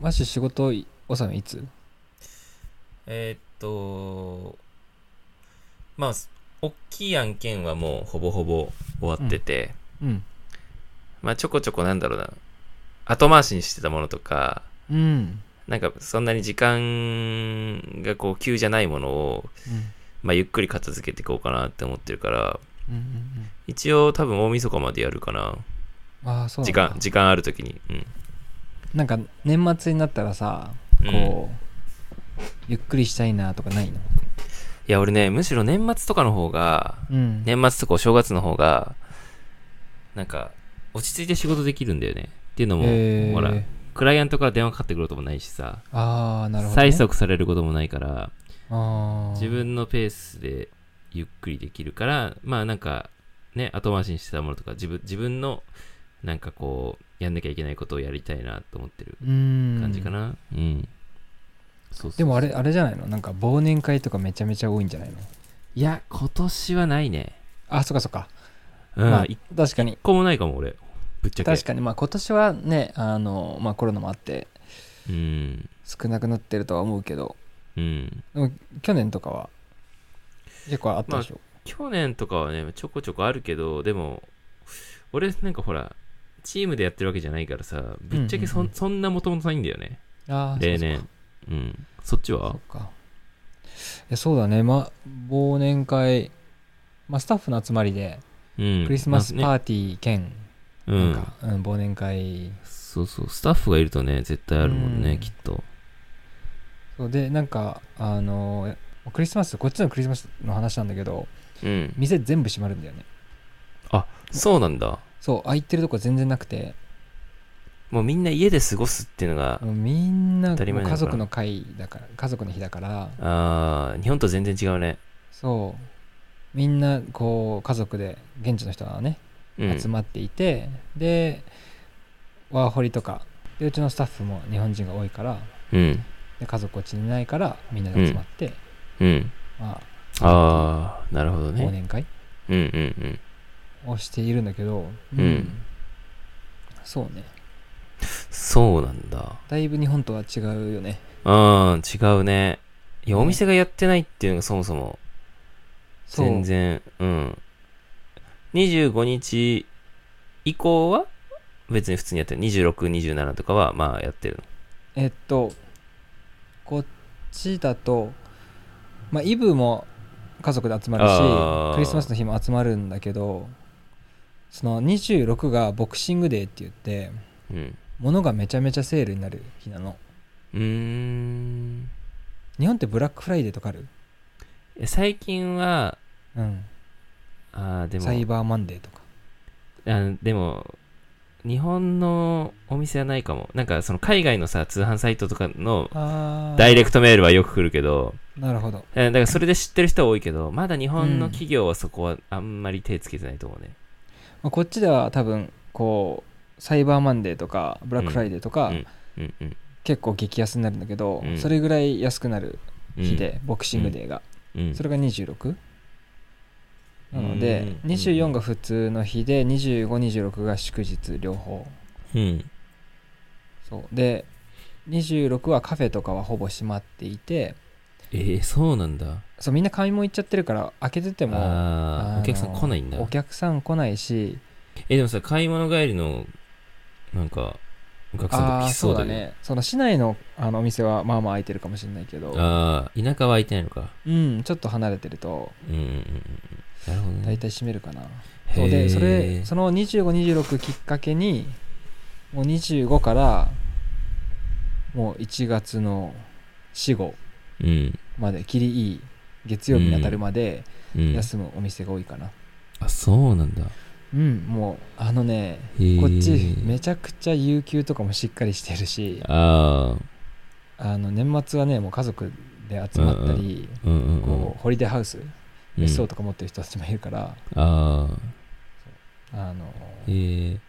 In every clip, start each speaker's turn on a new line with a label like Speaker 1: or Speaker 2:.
Speaker 1: マッシュ仕事い納めいつ
Speaker 2: えーっと、まあ、す大きい案件はもうほぼほぼ終わってて、
Speaker 1: うん。
Speaker 2: まあちょこちょこなんだろうな、後回しにしてたものとか、
Speaker 1: うん。
Speaker 2: なんかそんなに時間がこう急じゃないものを、
Speaker 1: うん。
Speaker 2: まあゆっくり片付けていこうかなって思ってるから、
Speaker 1: うんうん
Speaker 2: 一応多分大晦日までやるかな。
Speaker 1: うん。ああ、そうな
Speaker 2: 時
Speaker 1: んだ
Speaker 2: 間、時間あるときに。うん。
Speaker 1: なんか年末になったらさ、こう、ゆっくりしたいなとかないの
Speaker 2: いや、俺ね、むしろ年末とかの方が、
Speaker 1: うん。
Speaker 2: 年末とかお正月の方が、なんか、落ち着いて仕事できるんだよね。っていうのも、
Speaker 1: へー
Speaker 2: ほら、クライアントから電話かかってくることもないしさ、
Speaker 1: ああ、なるほど、ね。
Speaker 2: 催促されることもないから、
Speaker 1: ああ。
Speaker 2: 自。分のペースでゆっくりできるから、まあなんか、ね、後回しにしてたものとか、自分自分の、なんかこう、やんなきゃいけないことをやりたいなと思ってる
Speaker 1: うん。
Speaker 2: 感じか。な。うん。そうそうそう
Speaker 1: でもあれ、あれじゃないのなんか忘年会とかめちゃめちゃ多いんじゃないの
Speaker 2: いや、今年はないね。
Speaker 1: あ、そっかそっか。
Speaker 2: うん、
Speaker 1: まあ
Speaker 2: 一、
Speaker 1: 確かに。
Speaker 2: 個もないかも、俺。ぶっちゃけ。
Speaker 1: 確かに、まあ今年はね、あの、まあコロナもあって
Speaker 2: うん。
Speaker 1: 少なくなってるとは思うけど、
Speaker 2: うん。
Speaker 1: でも去年とかは結構あったでしょ。
Speaker 2: 去年とかはね、ちょこちょこあるけど、でも、俺なんかほら、チームでやってるわけじゃないからさ、ぶっちゃけそ,、
Speaker 1: うんう
Speaker 2: ん
Speaker 1: んうん
Speaker 2: そんなもともとないんだよね、
Speaker 1: ああ、
Speaker 2: 例
Speaker 1: そうそう
Speaker 2: 年。うん。そっち
Speaker 1: そ
Speaker 2: は
Speaker 1: っか。いや、そうだね。ま、忘年会、まあ、スタッフの集まりで、
Speaker 2: うん。
Speaker 1: クリスマス
Speaker 2: なんか
Speaker 1: パーティー兼、
Speaker 2: ね、う
Speaker 1: なん
Speaker 2: ん。
Speaker 1: か、うん、忘年会。
Speaker 2: そうそう、スタッフがいるとね、絶対あるもんね、
Speaker 1: うん
Speaker 2: きっと。
Speaker 1: そうで、なんか、あのー、クリスマス、こっちのクリスマスの話なんだけど、
Speaker 2: うん。
Speaker 1: 店全部閉まるんだよね。
Speaker 2: そうなんだ。
Speaker 1: そう、空いてるとこ全然なくて、
Speaker 2: もうみんな家で過ごすっていうのが、
Speaker 1: もうみんな、もう
Speaker 2: 当たり前なの
Speaker 1: 家
Speaker 2: かな
Speaker 1: 族の会だから、家族の日だから、
Speaker 2: あー日本と全然違うね。
Speaker 1: そう、みんな、こう、家族で、現地の人はね、
Speaker 2: うん。
Speaker 1: 集まっていて、でワーホリとかでうちのスタッフも日本人が多いから
Speaker 2: うん。
Speaker 1: で家族落ちにいないからみんなで集まって、
Speaker 2: うん。
Speaker 1: まあ
Speaker 2: ああ、なるほど
Speaker 1: 忘
Speaker 2: ね。
Speaker 1: 年会
Speaker 2: うんうんうん。
Speaker 1: をしているんだけど、
Speaker 2: うん
Speaker 1: そうね
Speaker 2: そうなんだ。
Speaker 1: だいぶ日本とは違うよね
Speaker 2: うん、違うね。いや、
Speaker 1: ね
Speaker 2: お店がやってないっていうのがそもそも、
Speaker 1: そう
Speaker 2: 全然、うん。25日以降は、別に普通にやってる。26、27とかは、まあやってる
Speaker 1: えっとこっちだとまあイブも家族で集まるし
Speaker 2: あー
Speaker 1: クリスマスの日も集まるんだけどその26がボクシングデーって言って
Speaker 2: の。うん。
Speaker 1: 物がめちゃめちゃセールになる日なの
Speaker 2: うーん。
Speaker 1: 日本ってブラックフライデーとかある
Speaker 2: え最近は、
Speaker 1: うん
Speaker 2: あーでも
Speaker 1: サイバーマンデーとか
Speaker 2: あ、でも、日本のお店はないかも。なんか、その海外のさ、通販サイトとかの
Speaker 1: あ
Speaker 2: ダイレクトメールはよく来るけど、
Speaker 1: なるほど
Speaker 2: えーだからそれで知ってる人は多いけど、まだ日本の
Speaker 1: うん
Speaker 2: 企業はそこはあんまり手つけてないと思うね。
Speaker 1: まあこっちでは多分こうサイバーマンデーとかブラックフライデーとか、
Speaker 2: うんうん。
Speaker 1: 結構激安になるんだけど、
Speaker 2: うん
Speaker 1: それぐらい安くなる日で、ボクシングデーが、
Speaker 2: うん、うん
Speaker 1: それが 26? なので、
Speaker 2: うん
Speaker 1: 24が普通の日で2526が祝日両方
Speaker 2: うん。
Speaker 1: そうで26はカフェとかはほぼ閉まっていて
Speaker 2: えー、そうなんだ。
Speaker 1: そうみんな買い物行っちゃってるから開けててもあ
Speaker 2: ああ、
Speaker 1: の
Speaker 2: お客さん来ないんだ。
Speaker 1: お客さん来ないし
Speaker 2: え、でもさ、買い物帰りの、なんか、お客さん
Speaker 1: あ
Speaker 2: と
Speaker 1: あ
Speaker 2: 来
Speaker 1: ー
Speaker 2: そ
Speaker 1: そうう
Speaker 2: だ
Speaker 1: だ
Speaker 2: ね。
Speaker 1: ねその市内のあのお店はまあまあ空いてるかもしれないけど
Speaker 2: ああ、田舎は空いてないのか。
Speaker 1: うんちょっと離れてると
Speaker 2: うんうんうんうん。なるほどね。
Speaker 1: 大体閉めるかな、
Speaker 2: へー
Speaker 1: そうでそれその2526きっかけにもう25からもう1月の45
Speaker 2: うん。
Speaker 1: まできりいい月曜日に当たるまで
Speaker 2: うん、
Speaker 1: 休むお店が多いかな
Speaker 2: あ、そうなんだ。
Speaker 1: うん、もうあのね
Speaker 2: へー
Speaker 1: こっちめちゃくちゃ有給とかもしっかりしてるし
Speaker 2: あ
Speaker 1: あの年末はねもう家族で集まったり、
Speaker 2: あ、うんうんうん。
Speaker 1: こうホリデーハウス
Speaker 2: うん
Speaker 1: 別荘とか持ってる人たちもいるから、
Speaker 2: ああ、
Speaker 1: あの
Speaker 2: へえ。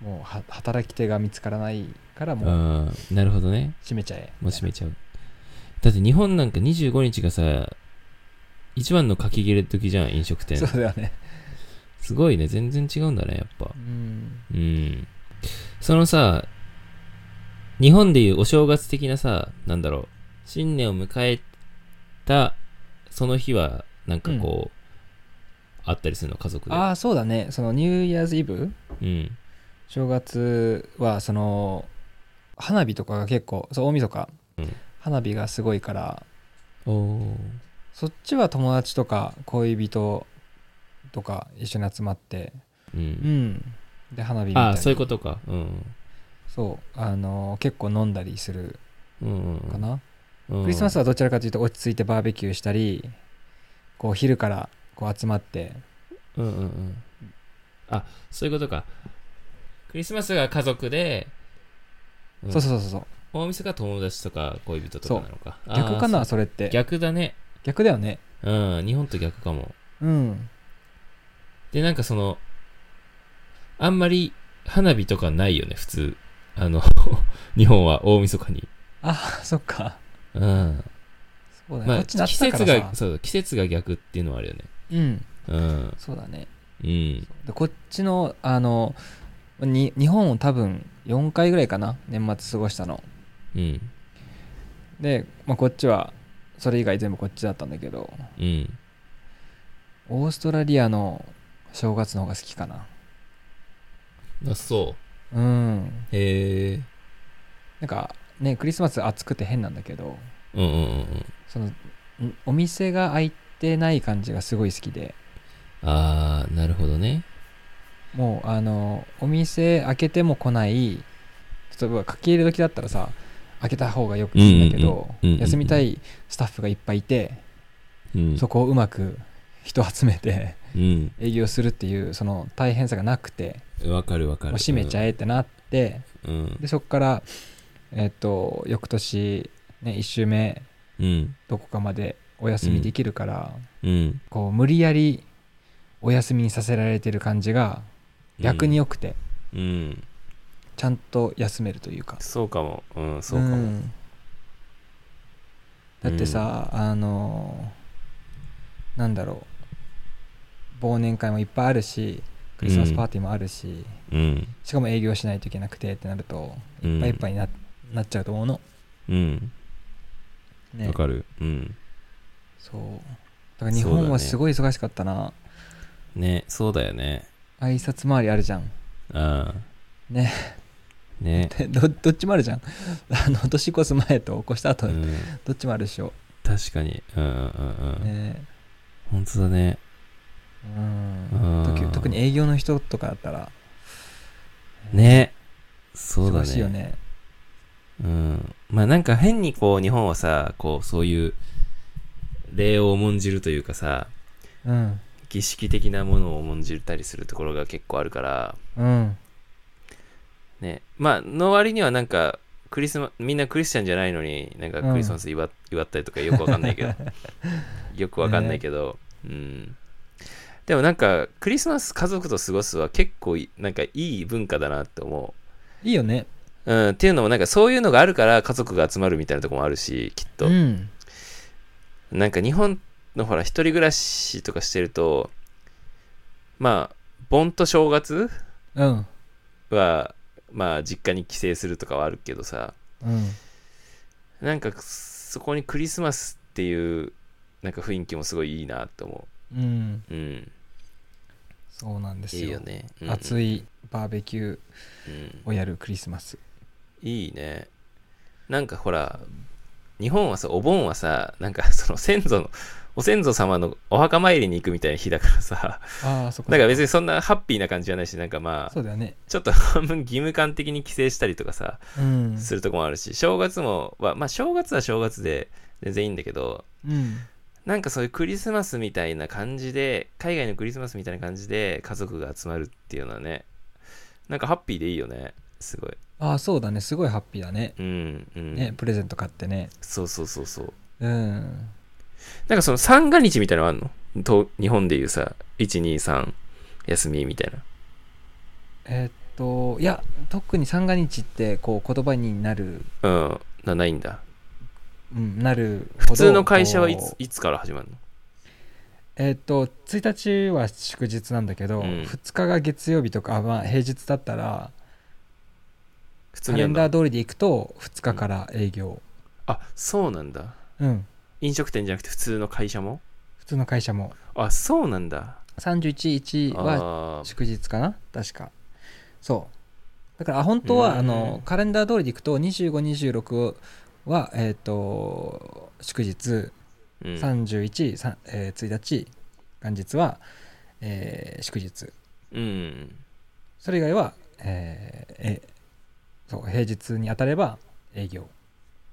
Speaker 1: もうは働き手が見つからないからもう
Speaker 2: ああ、なるほどね。
Speaker 1: 閉めちゃえ
Speaker 2: もう閉めちゃう。だって日本なんか25日がさ、一番の書き切れ時じゃん、飲食店。
Speaker 1: そうだよね
Speaker 2: すごいね、全然違うんだね、やっぱ
Speaker 1: う。ん
Speaker 2: うん。そのさ、日本でいうお正月的なさ、なんだろう、新年を迎えたその日は、なんかこう、あったりするの、家族で。
Speaker 1: ああそうだねそのニューイヤーズイブ
Speaker 2: うん。
Speaker 1: 正月はその花火とかが結構そう大晦日、
Speaker 2: うん
Speaker 1: 花火がすごいから
Speaker 2: おー
Speaker 1: そっちは友達とか恋人とか一緒に集まって
Speaker 2: う。
Speaker 1: うんんで花火見たり
Speaker 2: ああ、そういうことか。うん。
Speaker 1: そうあの結構飲んだりする
Speaker 2: うん、
Speaker 1: かな、
Speaker 2: うん。
Speaker 1: クリスマスはどちらかというと落ち着いてバーベキューしたりこう昼からこう集まって
Speaker 2: うんうんうん。あ、そういうことか。クリスマスが家族で、うん
Speaker 1: そうそうそうそう
Speaker 2: 大晦日が友達とか恋人とかなのか。あー
Speaker 1: 逆かな
Speaker 2: そ
Speaker 1: それっ
Speaker 2: う
Speaker 1: て
Speaker 2: 逆だね。
Speaker 1: 逆だよね
Speaker 2: うん、日本と逆かも。
Speaker 1: うん
Speaker 2: で、なんかその、あんまり花火とかないよね、普通。あの、 日本は大晦日に。
Speaker 1: あそっか
Speaker 2: うん。
Speaker 1: そうだね、
Speaker 2: ま
Speaker 1: こ
Speaker 2: あ、
Speaker 1: っち夏
Speaker 2: 季
Speaker 1: だか
Speaker 2: 節
Speaker 1: らさ
Speaker 2: が、そう、季節が逆っていうのはあるよね。
Speaker 1: うん
Speaker 2: うん。
Speaker 1: そうだね
Speaker 2: うん。
Speaker 1: でこっちのあのに日本を多分4回ぐらいかな年末過ごしたの
Speaker 2: うん。
Speaker 1: で、まあ、こっちはそれ以外全部こっちだったんだけど
Speaker 2: うん。
Speaker 1: オーストラリアの正月の方が好きかな
Speaker 2: あ、そ
Speaker 1: うん
Speaker 2: う。へえ。
Speaker 1: なんかねクリスマス暑くて変なんだけど
Speaker 2: うんうんうんうん。
Speaker 1: そのんお店が開いてない感じがすごい好きで
Speaker 2: あー、なるほどね。
Speaker 1: もうあのお店開けても来ない例えば書き入れ時だったらさ開けた方がよくいいんだけど
Speaker 2: うんうんうんうんうんうん
Speaker 1: 休みたいスタッフがいっぱいいて
Speaker 2: うん。
Speaker 1: そこをうまく人集めて
Speaker 2: うん。
Speaker 1: 営業するっていうその大変さがなくて
Speaker 2: わかるわか
Speaker 1: もう
Speaker 2: る。
Speaker 1: 閉めちゃえってなって
Speaker 2: うん。
Speaker 1: でそこからえっと翌年ね1週目
Speaker 2: うん。
Speaker 1: どこかまでお休みできるから
Speaker 2: うん。
Speaker 1: こう無理やりお休みにさせられてる感じが逆に良くて
Speaker 2: うん。
Speaker 1: ちゃんと休めるというか
Speaker 2: そうかも。うん、そうか
Speaker 1: う
Speaker 2: も。
Speaker 1: んだってさ、あのーなんだろう忘年会もいっぱいあるしクリスマスパーティーもあるし、
Speaker 2: うん。
Speaker 1: しかも営業しないといけなくてってなると
Speaker 2: うん
Speaker 1: いっぱいいっぱいにな,、なっちゃうと思うの、
Speaker 2: うん。
Speaker 1: ね
Speaker 2: わ、かる。うん。
Speaker 1: そうだから日本はすごい忙しかったな、
Speaker 2: ね、そうだよね。
Speaker 1: 挨拶回りあるじゃん
Speaker 2: ああ。
Speaker 1: ね。
Speaker 2: ね。
Speaker 1: でどどっちもあるじゃんあの年越す前と越した後、
Speaker 2: うん、
Speaker 1: どっちもあるでしょ、
Speaker 2: 確かに。うんうんうんうん。
Speaker 1: ね
Speaker 2: 本当だね。
Speaker 1: うん
Speaker 2: うん
Speaker 1: 特特に営業の人とかだったら
Speaker 2: ね。そうだ
Speaker 1: 忙
Speaker 2: ね。
Speaker 1: しいよね
Speaker 2: うん。まあなんか変にこう、日本はさ、こう、そういう、礼を重んじるというかさ、
Speaker 1: うん
Speaker 2: 儀式的なものを重んじたりするところが結構あるから、
Speaker 1: うん
Speaker 2: ね。まあ、の割にはなんか、クリスマみんなクリスチャンじゃないのに、なんかクリスマス祝,、祝ったりとかよくわかんない けど、よくわかんないけど、うん。でもなんか、クリスマス家族と過ごすは結構い、なんかいい文化だなって思
Speaker 1: いいよね
Speaker 2: う。うん、っていうのもなんかそういうのがあるから家族が集まるみたいなとこもあるし、きっと。
Speaker 1: うん、
Speaker 2: なんか日本のほら、一人暮らしとかしてると、まあ、盆と正月
Speaker 1: うん
Speaker 2: は、まあ、実家に帰省するとかはあるけどさ、
Speaker 1: うん、
Speaker 2: なんかそこにクリスマスっていうなんか雰囲気もすごいいいなと思
Speaker 1: うん、
Speaker 2: う。うん。
Speaker 1: そうなんです
Speaker 2: い
Speaker 1: よ
Speaker 2: いよね。うん
Speaker 1: 熱いバーベキュー
Speaker 2: う
Speaker 1: を
Speaker 2: ん
Speaker 1: やるクリスマス
Speaker 2: いいね。なんかほら、日本はさ、お盆はさ、なんかその先祖の、お先祖様のお墓参りに行くみたいな日だからさ、
Speaker 1: ああそっか
Speaker 2: なんか別にそんなハッピーな感じじゃないし、なんかま
Speaker 1: そ
Speaker 2: あ、
Speaker 1: うだよね
Speaker 2: ちょっと 半分義務感的に帰省したりとかさ、
Speaker 1: うん
Speaker 2: するとこもあるし、正月もは、まあ正月は正月で全然いいんだけど、
Speaker 1: うん
Speaker 2: なんかそういうクリスマスみたいな感じで、海外のクリスマスみたいな感じで家族が集まるっていうのはね、なんかハッピーでいいよね。すごい。
Speaker 1: ああそうだねすごいハッピーだね
Speaker 2: うん、うん。
Speaker 1: ねプレゼント買ってね
Speaker 2: そうそうそうそう。
Speaker 1: うん
Speaker 2: なんかその三が日みたいなのあんのと日本でいうさ、1、2、3休みみたいな。
Speaker 1: えーっといや特に三が日ってこう言葉になる、
Speaker 2: うん、なないんだ。
Speaker 1: うん、なるほど
Speaker 2: 普通の会社はい
Speaker 1: こ
Speaker 2: つ
Speaker 1: う
Speaker 2: いつから始まるの
Speaker 1: えーっと1日は祝日なんだけど、
Speaker 2: うん
Speaker 1: 2日が月曜日とかあまあ平日だったら
Speaker 2: 普通
Speaker 1: カ
Speaker 2: に
Speaker 1: レ
Speaker 2: やん
Speaker 1: ンダ
Speaker 2: だ
Speaker 1: ー通りで行くと2日から営業
Speaker 2: あそうなんだ
Speaker 1: うん
Speaker 2: 飲食店じゃなくて普通の会社も
Speaker 1: 普通の会社も
Speaker 2: あそうなんだ
Speaker 1: 311は
Speaker 2: あー
Speaker 1: 祝日かな確かそうだからあ本当は
Speaker 2: うん
Speaker 1: あのカレンダー通りで行くと2526はえっ、と祝日
Speaker 2: うん
Speaker 1: 31、さんえー1日元日は、えー祝日
Speaker 2: うん
Speaker 1: それ以外は、えーえそう平日に当たれば営業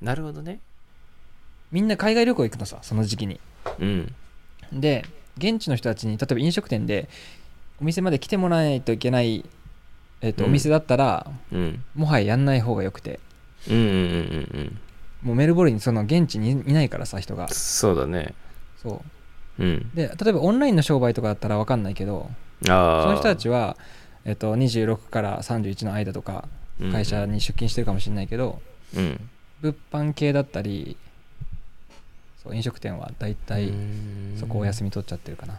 Speaker 2: なるほどね
Speaker 1: みんな海外旅行行くのさその時期に
Speaker 2: うん
Speaker 1: で現地の人たちに例えば飲食店でお店まで来てもらわないといけない、えーと
Speaker 2: うん
Speaker 1: お店だったら
Speaker 2: うん
Speaker 1: もはややんない方がよくて
Speaker 2: うんうんうんうんうん
Speaker 1: もうメルボルンにその現地にいないからさ人が
Speaker 2: そうだね
Speaker 1: そ
Speaker 2: うん
Speaker 1: うで例えばオンラインの商売とかだったら分かんないけど
Speaker 2: ああ
Speaker 1: その人たちは、えっと26から31の間とか会社に出勤してるかもしれないけど、
Speaker 2: うん
Speaker 1: 物販系だったりそう飲食店は大体そこお休み取っちゃってるかな、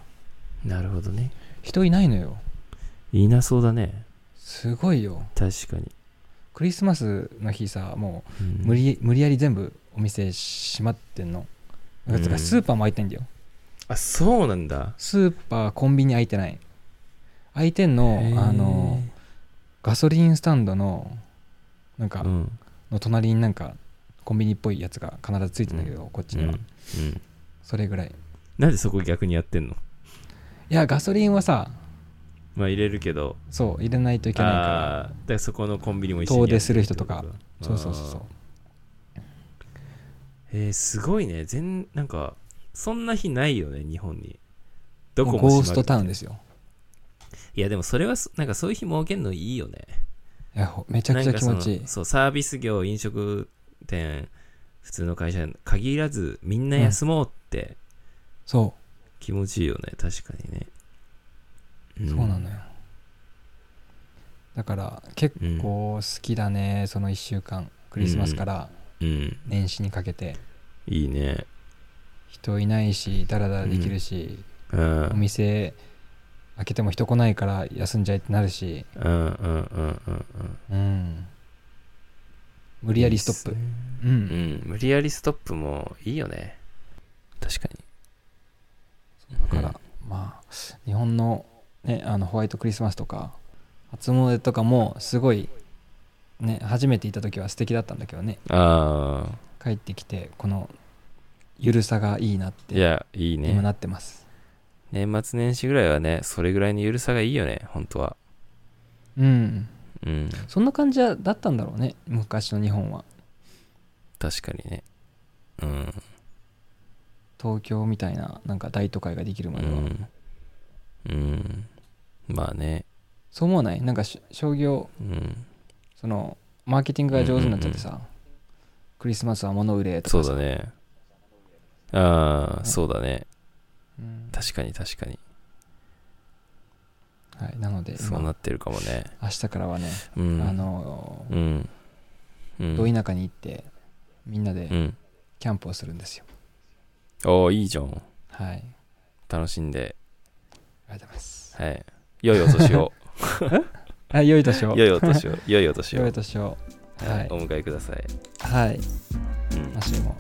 Speaker 2: みなるほどね
Speaker 1: 人いないのよ
Speaker 2: いなそうだね
Speaker 1: すごいよ
Speaker 2: 確かに、
Speaker 1: クリスマスの日さも
Speaker 2: うん
Speaker 1: う無理,、無理やり全部お店閉まってんのだから
Speaker 2: うん
Speaker 1: スーパーも開いてんだよ
Speaker 2: あそうなんだ
Speaker 1: スーパーコンビニ開いてない開いてんの
Speaker 2: へー
Speaker 1: あのガソリンスタンドのなんか、
Speaker 2: うん
Speaker 1: の隣になんかコンビニっぽいやつが必ずついてんだけど、こっち
Speaker 2: う
Speaker 1: に
Speaker 2: ん
Speaker 1: は、
Speaker 2: うん
Speaker 1: それぐらい
Speaker 2: なんでそこ逆にやってんの
Speaker 1: いやガソリンはさ
Speaker 2: まあ入れるけど
Speaker 1: そう入れないといけないから
Speaker 2: あーだからそこのコンビニも一緒に
Speaker 1: 遠出する人とか
Speaker 2: やってるって
Speaker 1: そ
Speaker 2: こ
Speaker 1: う
Speaker 2: だ
Speaker 1: そうそうそう
Speaker 2: あーえー、すごいね全なんかそんな日ないよね日本にどこも
Speaker 1: ゴーストタウンですすよ
Speaker 2: いやでもそれはそなんかそういう日設けるのいいよね
Speaker 1: いやほめちゃくちゃ気持ちいい
Speaker 2: なんかそのそうサービス業飲食店普通の会社に限らずみんな休もうって
Speaker 1: そ
Speaker 2: 気持ちいいよね、確かにね、
Speaker 1: うそうなのよだから結構好きだね、その1週間クリスマスから
Speaker 2: うん
Speaker 1: 年始にかけて
Speaker 2: いいね
Speaker 1: 人いないしダラダラできるし、
Speaker 2: うんうん
Speaker 1: お店開けても人来ないから休んじゃいってなるし
Speaker 2: うんうんうんうん
Speaker 1: うん無理やりストップ
Speaker 2: いいっすね
Speaker 1: う
Speaker 2: うんん無理やりストップもいいよね確かに
Speaker 1: だから、まあ日本の,、ね、あのホワイトクリスマスとか初詣とかもすごい、ね、初めて行った時は素敵だったんだけどね
Speaker 2: ああ
Speaker 1: 帰ってきてこのゆるさがいいなっ
Speaker 2: い
Speaker 1: て
Speaker 2: やいい
Speaker 1: 今
Speaker 2: ね
Speaker 1: なってます、
Speaker 2: 年末年始ぐらいはねそれぐらいのゆるさがいいよね本当は
Speaker 1: うん
Speaker 2: うん
Speaker 1: そんな感じだったんだろうね昔の日本は
Speaker 2: 確かにねうん
Speaker 1: 東京みたいななんか大都会ができるまでは、
Speaker 2: うん、うん、まあね、
Speaker 1: そう思わないなんかし商業
Speaker 2: うん、
Speaker 1: そのマーケティングが上手になっちゃってさ、クリスマスは物売れと
Speaker 2: そ
Speaker 1: か
Speaker 2: う
Speaker 1: さ
Speaker 2: だねああ、そうだね
Speaker 1: うん
Speaker 2: 確かに確かに
Speaker 1: はい、なので
Speaker 2: そう
Speaker 1: 今
Speaker 2: なってるかもね
Speaker 1: 明日からはね
Speaker 2: うん
Speaker 1: あのー
Speaker 2: うんうん
Speaker 1: ど田舎に行ってみんなで
Speaker 2: うん
Speaker 1: キャンプをするんですよ。
Speaker 2: おーいいじゃん
Speaker 1: はい。あり
Speaker 2: 楽しんで
Speaker 1: がとうございます。
Speaker 2: はい良いお 年を
Speaker 1: はい、良い年を。
Speaker 2: 良いお年を良いお年を
Speaker 1: 良い年を。
Speaker 2: は
Speaker 1: はいい、
Speaker 2: お迎えください、
Speaker 1: はい。
Speaker 2: うん
Speaker 1: 今週も